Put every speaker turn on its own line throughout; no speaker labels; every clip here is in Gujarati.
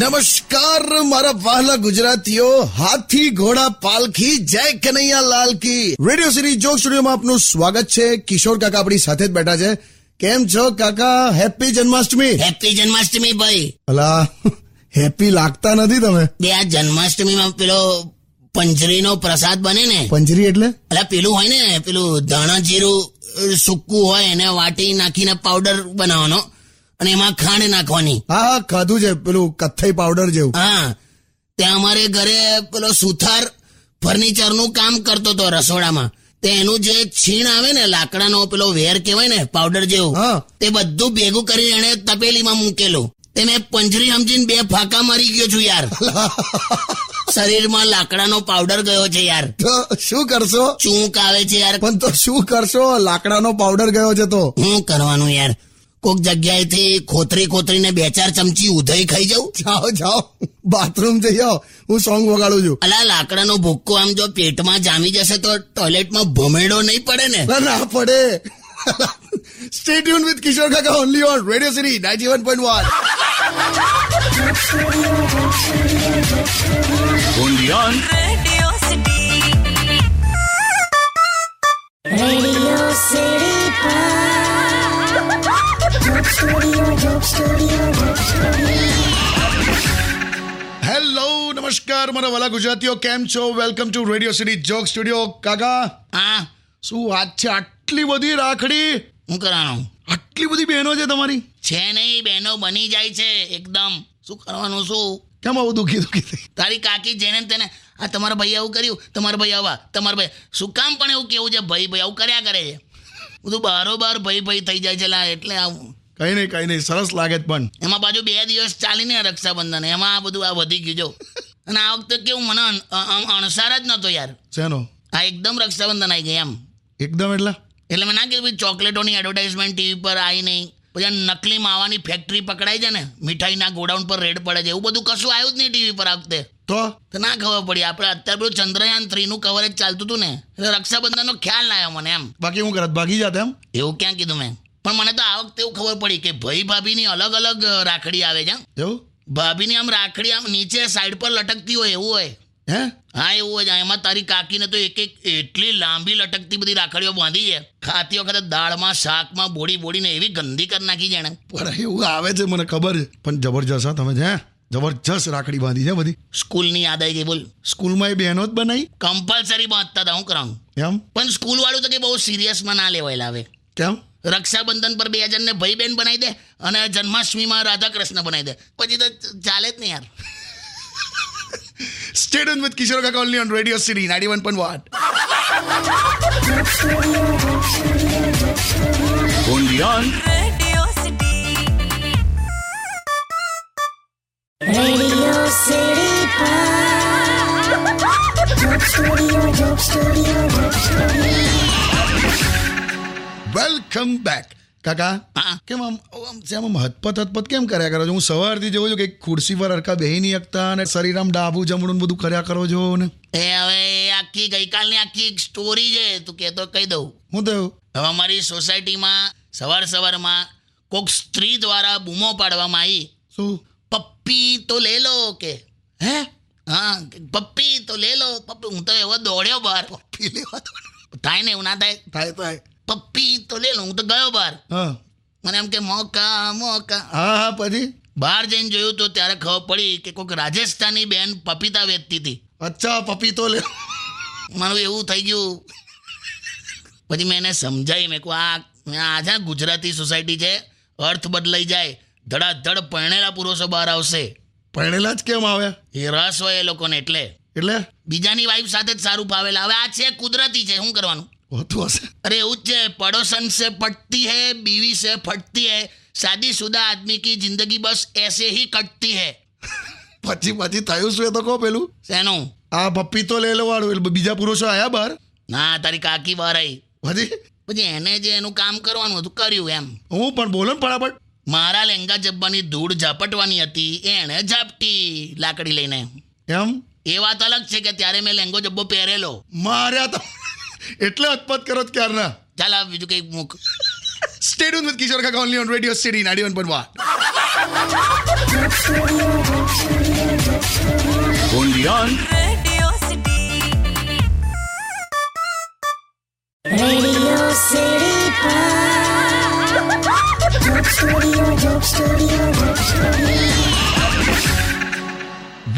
નમસ્કાર મારા વહાલા ગુજરાતીઓ હાથી ઘોડા પાલખી જય કનૈયા લાલ કી રેડિયો સિટી જોક સ્ટુડિયોમાં આપનું સ્વાગત છે કિશોર કાકા આપણી સાથે જ બેઠા છે કેમ છો કાકા હેપી જન્માષ્ટમી
હેપી જન્માષ્ટમી ભાઈ
અલા હેપી લાગતા નથી તમે
બે આ જન્માષ્ટમીમાં પેલો પંજરીનો પ્રસાદ બને ને
પંજરી એટલે
એટલે પેલું હોય ને પેલું ધાણા જીરું અ, સૂકું હોય એને વાટી નાખીને પાવડર બનાવવાનો અને એમાં ખાંડ નાખવાની
હા હા ખાધું છે પેલું કથ્થઈ પાવડર જેવું
હા ત્યાં અમારે ઘરે પેલો સુથાર ફર્નિચરનું કામ કરતો હતો રસોડામાં તે એનું જે છીણ આવે ને લાકડાનો પેલો વેર કહેવાય ને પાવડર જેવું
હા
તે બધું ભેગું કરી એને તપેલીમાં મૂકેલું તે મેં પંજરી સમજીને બે ફાંકા મારી ગયો છું યાર શરીરમાં લાકડાનો પાવડર ગયો છે યાર
તો શું કરશો
ચૂંક આવે છે યાર
પણ તો શું કરશો લાકડાનો પાવડર ગયો છે તો
હું કરવાનું યાર કોક જગ્યાએથી ખોતરી ખોતરીને બે ચાર ચમચી ઉધઈ ખાઈ જવું
જાઓ જાઓ બાથરૂમ જઈ આવો હું સોંગ વગાડું છું
અલા લાકડાનો ભૂક્કો આમ જો પેટમાં જામી જશે તો ટોયલેટમાં ભમેડો નહીં પડે ને
ના, ના પડે સ્ટે ટ્યુન વિથ કિશોર કાકા only on radio city ninety one point one
Radio City.
Hello નમસ્કાર મારા વાલા ગુજરાતીઓ કેમ છો welcome to radio city joke studio કાકા
હા
શું વાત છે આટલી બધી રાખડી
હું કરવાનું
આટલી બધી બહેનો છે તમારી
છે નહીં બહેનો બની જાય છે એકદમ શું કરવાનું શું
કેમ આવું દુઃખી દુઃખી થઈ
તારી કાકી જેને ને તેને આ તમારા ભાઈ આવું કર્યું તમારા ભાઈ આવા તમારા ભાઈ શું કામ પણ એવું કેવું છે ભાઈ ભાઈ આવું કર્યા કરે છે બધું બારોબાર ભાઈ ભાઈ થઈ જાય છે લા એટલે આવું
કઈ નહીં કઈ નહીં સરસ લાગે છે પણ
એમાં પાછું બે દિવસ ચાલીને રક્ષાબંધન એમાં આ બધું આ વધી ગયું જો અને આ વખતે કેવું મને અણ- અણ- અણસાર જ નહોતો યાર
શેનો
આ એકદમ રક્ષાબંધન આવી ગઈ એમ
એકદમ એટલે
એટલે મેં ના કીધું ભાઈ ચોકલેટોની એડવર્ટાઇઝમેન્ટ ટીવી પર આવી નહીં પછી આ નકલી માવાની ફેક્ટરી પકડાઈ છે ને મીઠાઈના ગોડાઉન પર રેડ પડે છે એવું બધું કશું આવ્યું જ નહીં ટીવી પર આ વખતે
તો
તો ના ખબર પડી આપણે અત્યારે પેલું ચંદ્રયાન થ્રીનું કવરેજ ચાલતું હતું ને એટલે રક્ષાબંધનનો ખ્યાલ ના આવ્યો મને એમ
બાકી હું કરત ભાગી જાત એમ
એવું ક્યાં કીધું મેં પણ મને તો આ વખતે એવું ખબર પડી કે ભાઈ ભાભીની અલગ અલગ અ, રાખડી આવે છે હં.
એવું
ભાભીની આમ રાખડી આમ નીચે સાઈડ પર લટકતી હોય એવું હોય
હે
હા એવું હોય છે. એમાં તારી કાકીને તો એક એક એટલી લાંબી લટકતી બધી રાખડીઓ બાંધી છે ખાતી વખતે દાળમાં શાકમાં બોડી બોડીને એવી ગંદી કરી નાખી છે એણે
પણ એવું આવે છે મને ખબર છે પણ જબરજસ્ત હા તમે છે હે? જબરજસ્ત રાખડી બાંધી છે બધી
સ્કૂલની યાદ આવી ગઈ બોલ
સ્કૂલમાં એ બહેનો જ બનાવી
કમ્પલસરી બાંધતા હતા હું કરાવું
એમ
પણ સ્કૂલવાળું તો કે બહુ સિરિયસમાં ના લેવાયેલા આવે
કેમ
રક્ષાબંધન પર બે હજારને ભાઈ બહેન બનાવી દે અને જન્માષ્ટમીમાં રાધાકૃષ્ણ બનાવી દે પછી તો ચાલે જ નહીં યાર
સ્ટેડિયમ વિથ કિશોર કાકા only on radio city ninety one point one
Radio City.
Welcome back કાકા
હા.
કેમ આમ આમ જેમ આમ હથપત હથપત કેમ કર્યા કરો છો હું સવારથી જોઉં છું કે ખુરશી પર હરકા બેહી નહીં શકતા અને શરીર આમ ડાબું જમણું ને બધું કર્યા કરો છો ને
એ હવે એ આખી ગઈકાલની આખી સ્ટોરી છે તું કહેતો કહી દઉં
હું થયું
હવે અમારી સોસાયટીમાં સવાર સવારમાં કોઈક સ્ત્રી દ્વારા બૂમો પાડવામાં આવી
શું
પપ્પી તો લે લો કે
હે
હા પપ્પી તો લે લો પપ્પી હું તો એવો દોડ્યો બહાર
પી લેવા દો ને.
થાય ને એવું ના થાય
થાય થાય
પપ્પી તો લે લો હું તો ગયો બહાર
હા
મને એમ કે મોકા મોકા
હા હા પછી
બહાર જઈને જોયું તો ત્યારે ખબર પડી કે કોઈક રાજસ્થાની બેન પપીતા વેચતી હતી
અચ્છા પપીતો લે
મારું એવું થઈ ગયું પછી મેં એને સમજાવી મેં કહું આ આ છે ને ગુજરાતી સોસાયટી છે અર્થ બદલાઈ જાય ધડાધડ પરણેલા પુરુષો બહાર આવશે
પરણેલા જ કેમ આવે
એ રસ હોય એ લોકોને એટલે
એટલે
બીજાની વાઈફ સાથે જ સારું ફાવેલા હવે આ છે કુદરતી છે શું કરવાનું
હોતું હશે
અરે એવું જ છે પડોસન સે પટતી હે બીવી સે ફટતી હે સાદી સુદા આદમી કી જિંદગી બસ એસે હી કટતી હે
પછી પછી થયું શું એ તો કહો પેલું
શેનું
આ પપ્પીતો લે લો વાળું એટલે બીજા પુરુષો આયા બહાર
ના તારી કાકી બહાર આવી
પછી
પછી એને જે એનું કામ કરવાનું હતું કર્યું એમ
હું પણ બોલો ને ફટાફટ
મારા લેંગા જબ્બાની ધૂળ ઝાપટવાની હતી એણે ઝાપટી લાકડી લઈને
એમ
એ વાત અલગ છે કે ત્યારે મેં લેંગો જબ્બો પહેરેલો
માર્યા તો એટલે અતપત કરો જ ક્યારના
ચાલ આ બીજું કંઈક મૂક
સ્ટેડિયમ વિથ કિશોર કાકા only on radio city ninety one પણ
only on
Radio City.
Radio City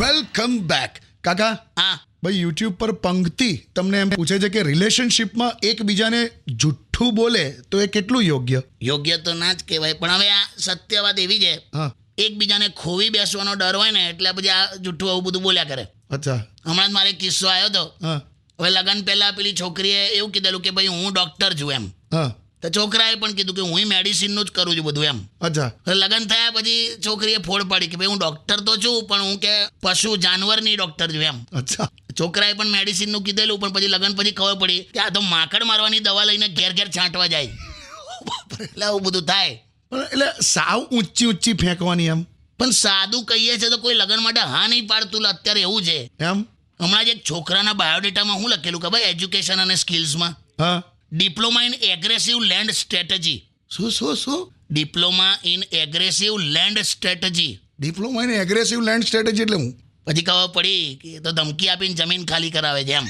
welcome back કાકા
હા
ભાઈ યુટ્યુબ પર પંક્તિ તમને એમ પૂછે છે કે રિલેશનશિપમાં એકબીજાને જુઠ્ઠું બોલે તો એ કેટલું યોગ્ય
યોગ્ય તો ના જ કહેવાય પણ હવે આ સત્ય વાત એવી છે
હા
એકબીજાને ખોવી બેસવાનો ડર હોય ને એટલે પછી આ જુઠ્ઠું આવું બધું બોલ્યા કરે
અચ્છા
હમણાં જ મારે એક કિસ્સો આવ્યો હતો
હા
હવે લગ્ન પહેલાં પેલી છોકરીએ એવું કીધેલું કે ભાઈ હું ડૉક્ટર છું એમ
હા
તો છોકરાએ પણ કીધું કે હું મેડિસિનનું જ કરું છું બધું એમ
અચ્છા
હવે લગ્ન થયા પછી છોકરીએ ફોડ પાડી કે ભાઈ હું ડૉક્ટર તો છું પણ હું કે પશુ જાનવરની ડૉક્ટર છું એમ
અચ્છા
છોકરાએ પણ મેડિસિનનું કીધેલું પણ પછી લગ્ન પછી ખબર પડી કે આ તો માકડ મારવાની દવા લઈને ઘેર ઘેર છાંટવા જાય એટલે આવું બધું થાય
પણ એટલે સાવ ઊંચી ઊંચી ફેંકવાની એમ
પણ સાદું કહીએ છે તો કોઈ લગ્ન માટે હા નહીં પાડતું લે, અત્યારે એવું છે
એમ
હમણાં જ એક છોકરાના બાયોડેટામાં હું લખેલું ખબર એજ્યુકેશન અને સ્કિલ્સમાં
હા
diploma in aggressive land strategy
શું શું શું
diploma in aggressive land strategy
diploma in aggressive land strategy એટલે હું
પછી ખબર પડી કે એ તો ધમકી આપીને જમીન ખાલી કરાવે છે એમ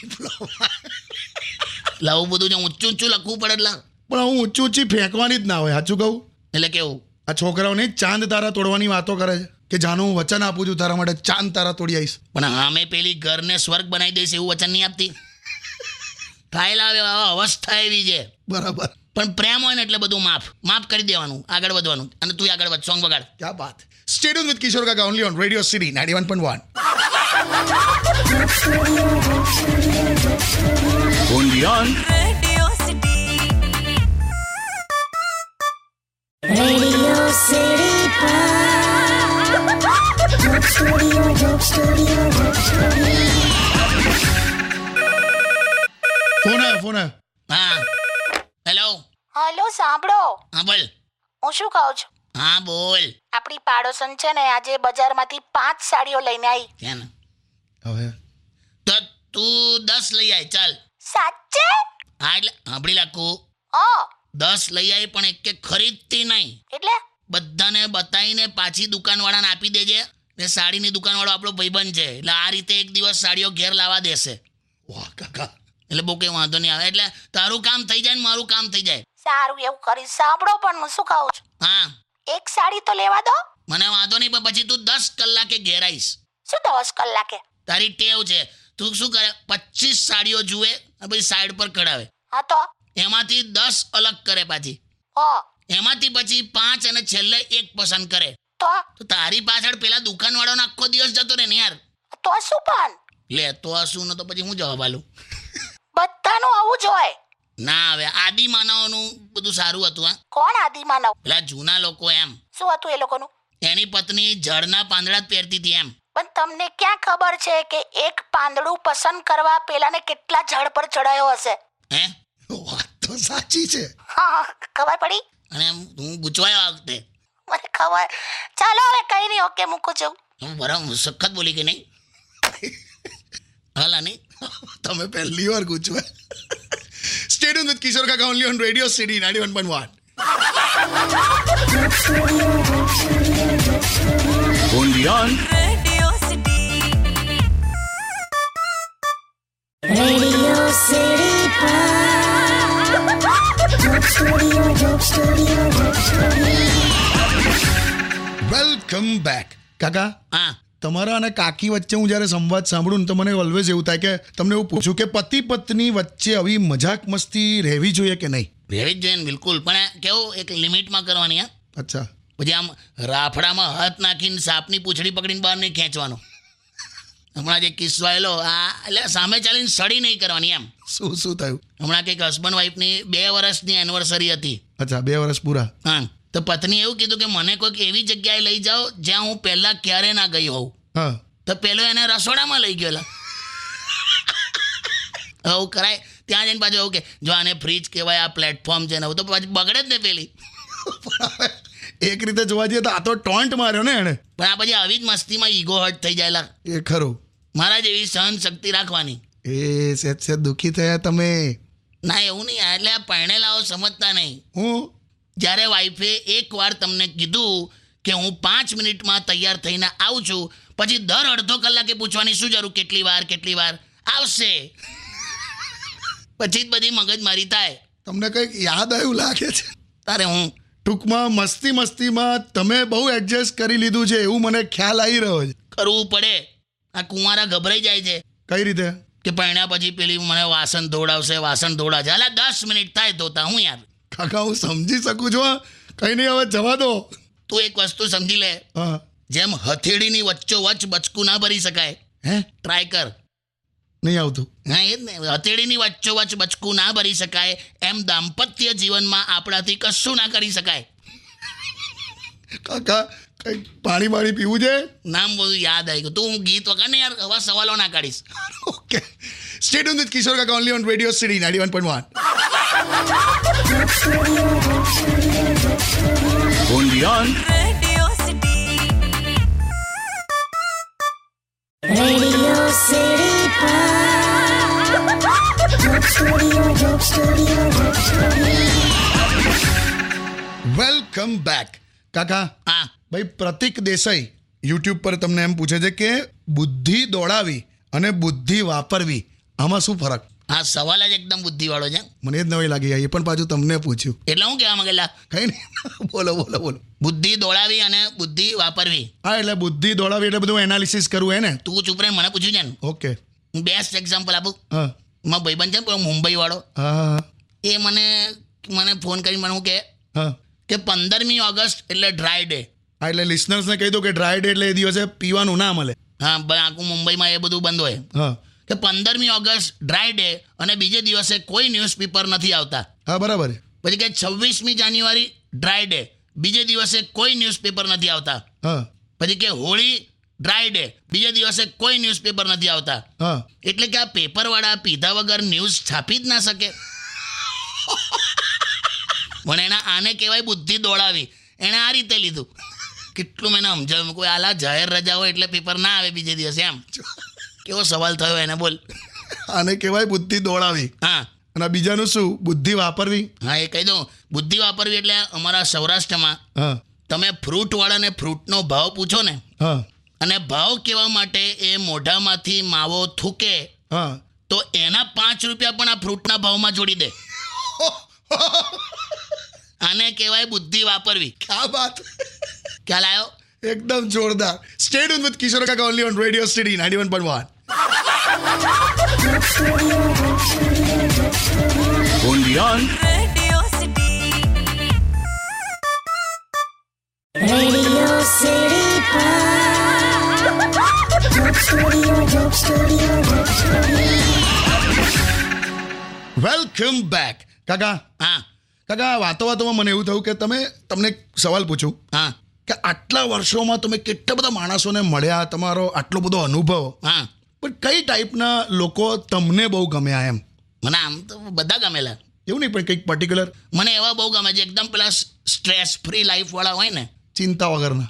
એટલે આવું બધું જે ઊંચું ઊંચું લખવું પડે એટલે
પણ હું ઊંચી ઊંચી ફેંકવાની જ ના હોય સાચું કહું
એટલે કેવું
આ છોકરાઓને ચાંદ તારા તોડવાની વાતો કરે છે કે જાનું હું વચન આપું છું તારા માટે ચાંદ તારા તોડી આવીશ
પણ હામે પેલી ઘરને સ્વર્ગ બનાવી દઈશ એવું વચન નહીં આપતી ફાઇલ આવે અવસ્થા એવી છે
બરાબર
પણ પ્રેમ હોય ને એટલે બધું માફ માફ કરી દેવાનું આગળ વધવાનું અને તું આગળ વધ સોંગ વગાડ
ક્યાં બાત સ્ટેડિયમ વિથ કિશોર કાકા only on radio city ninety one point one
only on
Radio City.
Radio City
phone આવ્યો ફોન આવ્યો
હા હેલો
હલો સાંભળો
હા બોલ
હું શું કહું છું
હા બોલ
આપણી પાડોશન છે ને આજે બજારમાંથી પાંચ સાડીઓ લઈને આવી
ક્યાં
હવે
તો તું દસ લઈ આય ચાલ
સાચે
હા એટલે સાંભળી લાખું
ઓ
દસ લઈ આવી પણ એક ખરીદતી નહીં
એટલે
બધાને બતાવીને પાછી દુકાનવાળાને આપી દેજે ને સાડીની દુકાનવાળો આપણો ભાઈબંધ છે એટલે આ રીતે એક દિવસ સાડીઓ ઘેર લાવવા દેશે
વાહ કાકા
એટલે બહુ કંઈ વાંધો નહીં આવે એટલે તારું કામ થઈ જાય ને મારું કામ થઈ જાય
સારું એવું કરીશ સાંભળો પણ હું શું કહું છું
હા
એક સાડી તો લેવા દો
મને વાંધો નહીં પણ પછી તું દસ કલાકે ઘેર આવીશ
શું દસ કલાકે
તારી ટેવ છે તું શું કરે પચીસ સાડીઓ જુએ અને પછી સાઈડ પર કઢાવે
હા તો
એમાંથી દસ અલગ કરે પાછી
ઓ
એમાંથી પછી પાંચ અને છેલ્લે એક પસંદ કરે
તો
તો તારી પાછળ પેલા દુકાનવાળાનો આખો દિવસ જતો રહે ને યાર
તો શું પણ
લે તો આ શું ને તો પછી હું જવાબ આલું
બધાનું આવું જ હોય
ના હવે આદિ માનવોનું બધું સારું હતું હા
કોણ આદિમાનવ
પેલા જૂના લોકો એમ
શું હતું એ લોકોનું
એની પત્ની જળના પાંદડા જ પહેરતી હતી એમ
પણ તમને ક્યાં ખબર છે કે એક પાંદડું પસંદ કરવા પેલાને કેટલા ઝાડ પર ચડાયો હશે
હે
વાત તો સાચી છે
હા હા, ખબર પડી
અને હું ગુચવાયો આ વખતે
મને ખબર ચાલો હવે કઈ નહીં ઓકે મૂકું છું
હું બરાબર સખત બોલી કે નહીં હાલા નહીં
તમે પહેલી વાર ગુજવા સ્ટેડિયમ વિથ કિશોર કાકા only on radio city ninety one point one
only on
Radio City.
Radio City
welcome back કાકા
હા
તમારા અને કાકી વચ્ચે હું જ્યારે સંવાદ સાંભળું ને તો મને ઓલવેઝ એવું થાય કે તમને એવું પૂછું કે પતિ પત્ની વચ્ચે આવી મજાક મસ્તી રહેવી જોઈએ કે નહીં
રહેવી જ જોઈએ ને બિલકુલ પણ આ કેવું એક લિમિટમાં કરવાની હા
અચ્છા
પછી આમ રાફડામાં હાથ નાખીને સાપની પૂંછડી પકડીને બહાર નહીં ખેંચવાનો હમણાં જે કિસ્સો આવેલો આ એટલે સામે ચાલીને સડી નહીં કરવાની એમ
શું શું થયું
હમણાં કંઈક હસબન્ડ વાઈફની બે વર્ષની એનિવર્સરી હતી
અચ્છા બે વર્ષ પૂરા
હા તો પત્નીએ એવું કીધું કે મને કોઈક એવી જગ્યાએ લઈ જાઓ જ્યાં હું પહેલાં ક્યારે ના ગઈ હોઉં
હા
તો પેલો એને રસોડામાં લઈ ગયેલા આવું કરાય ત્યાં જઈને પાછું એવું કે જો આને ફ્રીજ કહેવાય આ પ્લેટફોર્મ છે ને એવું તો પાછી બગડે જ ને પેલી
એક રીતે જોવા જઈએ તો આ તો ટોન્ટ માર્યો ને એણે
પણ આ પછી આવી જ મસ્તીમાં ઈગો હર્ટ થઈ જાયેલા
એ ખરું
મારા જેવી સહન શક્તિ રાખવાની
એ સેત સેત દુઃખી થયા તમે
ના એવું નહીં આ એટલે આ પરણેલાઓ સમજતા નહીં
હું
જ્યારે વાઈફે એકવાર તમને કીધું કે હું પાંચ મિનિટમાં તૈયાર થઈને આવું છું પછી દર અડધો કલાકે પૂછવાની શું જરૂર કેટલી વાર કેટલી વાર આવશે પછી જ બધી મગજમારી થાય
તમને કંઈક યાદ આવ્યું લાગે છે
તારે હું
ટૂંકમાં મસ્તી મસ્તીમાં તમે બહુ એડજસ્ટ કરી લીધું છે એવું મને ખ્યાલ આવી રહ્યો છે
કરવું પડે આ કુંવારા ગભરાઈ જાય છે
કઈ રીતે
કે પરણ્યા પછી પેલી મને વાસણ ધોડાવશે વાસણ ધોડાવશે અલા દસ મિનિટ થાય ધોતા હું યાર
કાકા હું સમજી શકું છું હા. કંઈ નહીં હવે જવા દો
તું એક વસ્તુ સમજી લે
હા
જેમ હથેળીની વચ્ચોવચ્ચ બચકું ના ભરી શકાય
હે
ટ્રાય કર
નહીં આવતું
હા એ જ ને હથેળીની વચ્ચોવચ્ચ બચકું ના ભરી શકાય એમ દાંપત્ય જીવનમાં આપણાથી કશું ના કરી શકાય
કાકા કંઈક પાણી બાણી પીવું છે
નામ બધું યાદ આવી ગયું તું હું ગીત વગર ને યાર હવા સવાલો ના કાઢીશ
okay state on with Kishore કાકા only on radio city ninety one point one
Bondian,
Radio City.
Radio City Pod. Joke Studio, Joke Studio, Joke Studio.
Welcome back કાકા
હા
ભાઈ પ્રતિક દેસાઈ યુટ્યુબ પર તમને એમ પૂછે છે કે બુદ્ધિ દોડાવી અને બુદ્ધિ વાપરવી આમાં શું ફરક
હા સવાલ જ એકદમ બુદ્ધિવાળો છે
મને જ નવી લાગી યાર, એ પણ પાછું તમને પૂછ્યું
એટલે હું કહેવા માંગેલા
કઈ નહીં બોલો બોલો બોલો
બુદ્ધિ દોડાવી અને બુદ્ધિ વાપરવી
હા એટલે બુદ્ધિ દોડાવી એટલે બધું એનાલિસિસ કરવું હે ને
તું ચૂપ રે મને પૂછ્યું છે ને
ઓકે
હું બેસ્ટ એક્ઝામ્પલ આપું
હા
મારો ભાઈબંધ છે ને પેલો મુંબઈવાળો
હા હા,
એ મને મને ફોન કરીને મને હું કહે
હા
કે પંદરમી ઓગસ્ટ એટલે ડ્રાય ડે
હા એટલે લિસનર્સને કહી દો કે ડ્રાય ડે એટલે એ દિવસે પીવાનું ના મળે
હા પણ આખું મુંબઈમાં એ બધું બંધ હોય
હા
કે પંદરમી ઓગસ્ટ ડ્રાય ડે અને બીજે દિવસે કોઈ ન્યૂઝપેપર નથી આવતા
હા બરાબર છે.
પછી કે છવ્વીસમી જાન્યુઆરી ડ્રાય ડે બીજે દિવસે કોઈ ન્યૂઝપેપર નથી આવતા
હા
પછી કે હોળી ડ્રાય ડે બીજે દિવસે કોઈ ન્યૂઝપેપર નથી આવતા
હા
એટલે કે આ પેપરવાળા પીધા વગર ન્યૂઝ છાપી જ ના શકે પણ એના આને કહેવાય બુદ્ધિ દોડાવી એણે આ રીતે લીધું કેટલું મેં એને સમજાવ્યું કોઈ આલા જાહેર રજા હોય એટલે પેપર ના આવે બીજે દિવસે એમ કેવો સવાલ થયો એને બોલ
આને કહેવાય બુદ્ધિ દોડાવી
હા
અને બીજાનું શું બુદ્ધિ વાપરવી
હા એ કહી દઉં બુદ્ધિ વાપરવી એટલે અમારા સૌરાષ્ટ્રમાં
હા
તમે ફ્રૂટવાળાને ફ્રૂટનો ભાવ પૂછો ને
હા
અને ભાવ કહેવા માટે એ મોઢામાંથી માવો થૂકે
હા
તો એના પાંચ રૂપિયા પણ આ ફ્રૂટના ભાવમાં જોડી દે આને કહેવાય બુદ્ધિ વાપરવી
આ વાત
ખ્યાલ આવ્યો
એકદમ જોરદાર સ્ટેડ વિથ કિશોર કાકા only on radio city ninety one
Bondian,
Radio City.
Radio City Pod. Joke Studio, Joke Studio, Joke Studio.
Welcome back કાકા
હા
કાકા વાતો વાતોમાં મને એવું થયું કે તમે તમને એક સવાલ પૂછું
હા
કે આટલા વર્ષોમાં તમે કેટલા બધા માણસોને મળ્યા તમારો આટલો બધો અનુભવ
હા
પણ કઈ ટાઈપના લોકો તમને બહુ ગમ્યા એમ
મને આમ તો બધા ગમેલા
એવું નહીં પણ કંઈક પર્ટિક્યુલર
મને એવા બહુ ગમે છે એકદમ પેલા સ્ટ્રેસ ફ્રી લાઈફવાળા હોય ને
ચિંતા વગરના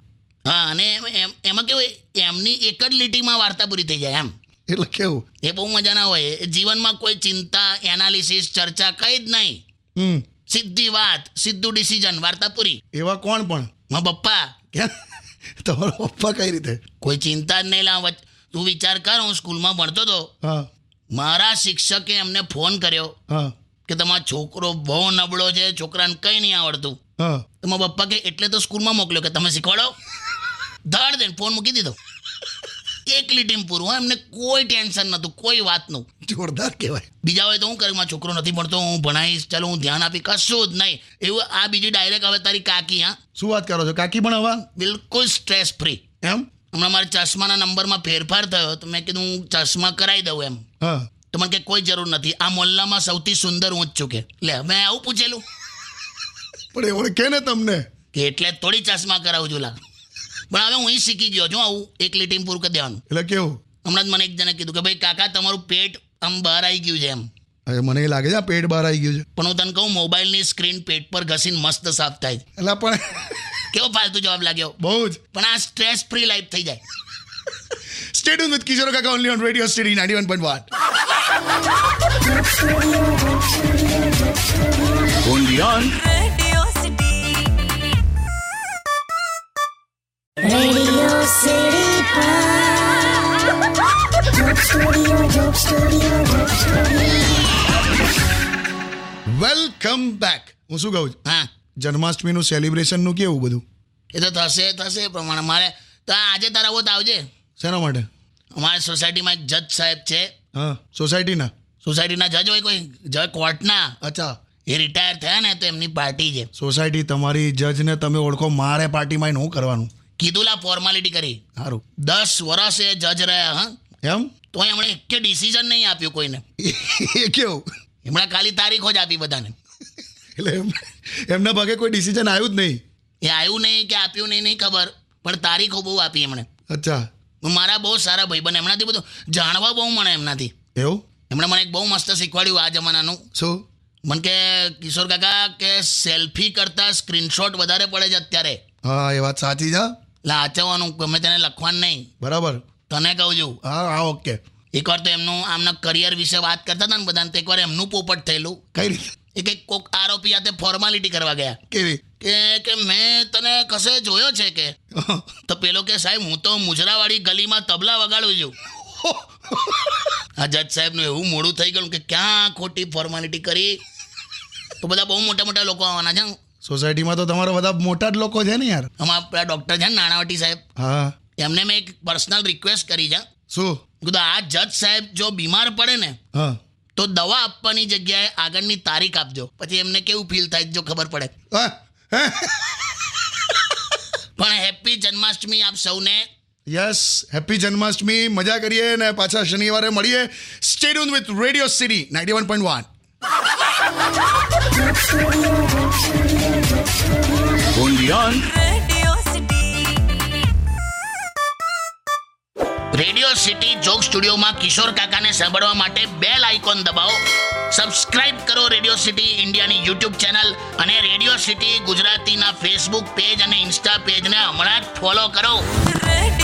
હા અને એમ- એમ- એમાં કેવું હોય, એમની એક જ લીટીમાં વાર્તા પૂરી થઈ જાય એમ
એટલે કેવું
એ બહુ મજાના હોય એ જીવનમાં કોઈ ચિંતા એનાલિસિસ ચર્ચા કંઈ જ નહીં
હમ
સીધી વાત સીધું ડિસિઝન વાર્તા પૂરી
એવા કોણ પણ
માં પપ્પા
કેમ તમારો પપ્પા કઈ રીતે
કોઈ ચિંતા જ નહીં લાવ તું વિચાર કર હું સ્કૂલમાં ભણતો હતો
હા
મારા શિક્ષકે એમને ફોન કર્યો
હા
કે તમારો છોકરો બહુ નબળો છે છોકરાને કંઈ નહીં આવડતું
હા
તો મારા પપ્પા કે એટલે તો સ્કૂલમાં મોકલ્યો કે તમે શીખવાડો ધડ દે ફોન મૂકી દીધો એક લીટીમ પૂરું હા એમને કોઈ ટેન્શન નહોતું કોઈ વાતનું
જોરદાર કહેવાય
બીજા હોય તો હું કરું મારો છોકરો નથી ભણતો હું ભણાવીશ ચાલો હું ધ્યાન આપી કશું જ નહીં એવું આ બીજી ડાયરેક્ટ હવે તારી કાકી હા
શું વાત કરો છો કાકી પણ આવા
બિલકુલ સ્ટ્રેસ ફ્રી
એમ
હમણાં મારા ચશ્માના નંબરમાં ફેરફાર થયો તો મેં કીધું હું ચશ્મા કરાવી દઉં એમ
હા
તો મને કે કોઈ જરૂર નથી આ મોલ્લામાં સૌથી સુંદર હું જ છું કે લે મેં આવું પૂછેલું
પણ એ ઓળખે ને તમને
કે એટલે થોડી ચશ્મા કરાવું છું લા પણ હવે હું ઈ શીખી ગયો છું આવું એક લીટીમ પૂરું કરી દેવાનું
એટલે કેવું
હમણાં જ મને એક જણે કીધું કે ભાઈ કાકા તમારું પેટ આમ બહાર આવી ગયું છે એમ
હવે મને એ લાગે છે આ પેટ બહાર આવી ગયું છે
પણ હું તને કહું મોબાઈલની સ્ક્રીન પેટ પર ઘસીને મસ્ત સાફ થાય છે
એટલે પણ
કેવો ફાલતુ જવાબ લાગ્યો
બહુ જ
પણ આ સ્ટ્રેસ ફ્રી લાઈફ થઈ જાય
સ્ટેડ વિથ કિશોર કાકા only on radio steady ninety one point
Only on.
Radio City.
Radio City Pod. Joke Studio, Joke Studio, Joke Studio.
Welcome back હું શું કહું છું
હા
જન્માષ્ટમીનું સેલિબ્રેશનનું કેવું બધું
એ તો થશે થશે એ પ્રમાણે મારે તો આજે તારા આવો તો આવજે
શેના માટે
અમારી સોસાયટીમાં એક જજ સાહેબ છે
હા સોસાયટીના
સોસાયટીના જજ હોય કોઈ જજ કોર્ટના
અચ્છા
એ રિટાયર થયા ને તો એમની પાર્ટી છે
સોસાયટી તમારી જજને તમે ઓળખો મારે પાર્ટીમાં હું કરવાનું
કીધુલા ફોર્માલિટી કરી
સારું
દસ વર્ષ એ જજ રહ્યા હા
એમ
તો એમણે એક ડિસિઝન નહીં આપ્યું કોઈને
એ કેવું
એમણે ખાલી તારીખો જ આપી બધાને
એટલે એમ- એમના ભાગે કોઈ ડિસિઝન આવ્યું જ નહીં
એ આવ્યું નહીં કે આપ્યું નહીં નહીં ખબર પણ તારીખો બહુ આપી એમણે
અચ્છા
મારા બહુ સારા ભાઈ બને એમનાથી બધું જાણવા બહુ મળે એમનાથી
એવું
એમણે મને એક બહુ મસ્ત શીખવાડ્યું આ જમાનાનું
શું
મને કે કિશોર કાકા કે સેલ્ફી કરતાં સ્ક્રીનશોટ વધારે પડે છે અત્યારે
હા એ વાત સાચી છે હા.
એટલે આચવવાનું ગમે તેને લખવાનું નહીં
બરાબર
તને કહું છું
હા હા ઓકે
એકવાર તો એમનું આમના કરિયર વિશે વાત કરતા હતા ને બધાને તો એકવાર એમનું પોપટ થયેલું
કઈ રીતે
એ કંઈક કોક આરોપી સાથે ફોર્માલિટી કરવા ગયા
કેવી
કે કે મેં તને કશે જોયો છે કે
હા.
તો પેલો કે સાહેબ હું તો મુજરાવાળી ગલીમાં તબલા વગાડું છું આ જજ સાહેબનું એવું મોડું થઈ ગયું કે ક્યાં ખોટી ફોર્માલિટી કરી તો બધા બહુ મોટા મોટા લોકો આવવાના છે
સોસાયટીમાં તો તમારા બધા મોટા જ લોકો છે ને યાર
અમારા પેલા ડૉક્ટર છે ને નાણાવટી સાહેબ
હા
એમને મેં એક પર્સનલ રિક્વેસ્ટ કરી છે
શું
કીધું આ જજ સાહેબ જો બીમાર પડે ને
હા
તો દવા આપવાની જગ્યાએ આગળની તારીખ આપજો પછી એમને કેવું ફીલ થાય છે જો ખબર પડે
હા
પણ હેપી જન્માષ્ટમી આપ સૌને
યસ હેપી જન્માષ્ટમી મજા કરીએ અને પાછા શનિવારે મળીએ stayed with radio city ninety one point one
Only on.
Radio City.
Radio city joke સ્ટુડિયોમાં કિશોર કાકાને સાંભળવા માટે બેલ આઇકોન દબાવો સબસ્ક્રાઇબ કરો રેડિયો સિટી ઇન્ડિયાની યુટ્યુબ ચેનલ અને રેડિયો સિટી ગુજરાતીના ફેસબુક પેજ અને ઇન્સ્ટા પેજને હમણાં જ ફોલો કરો
Radio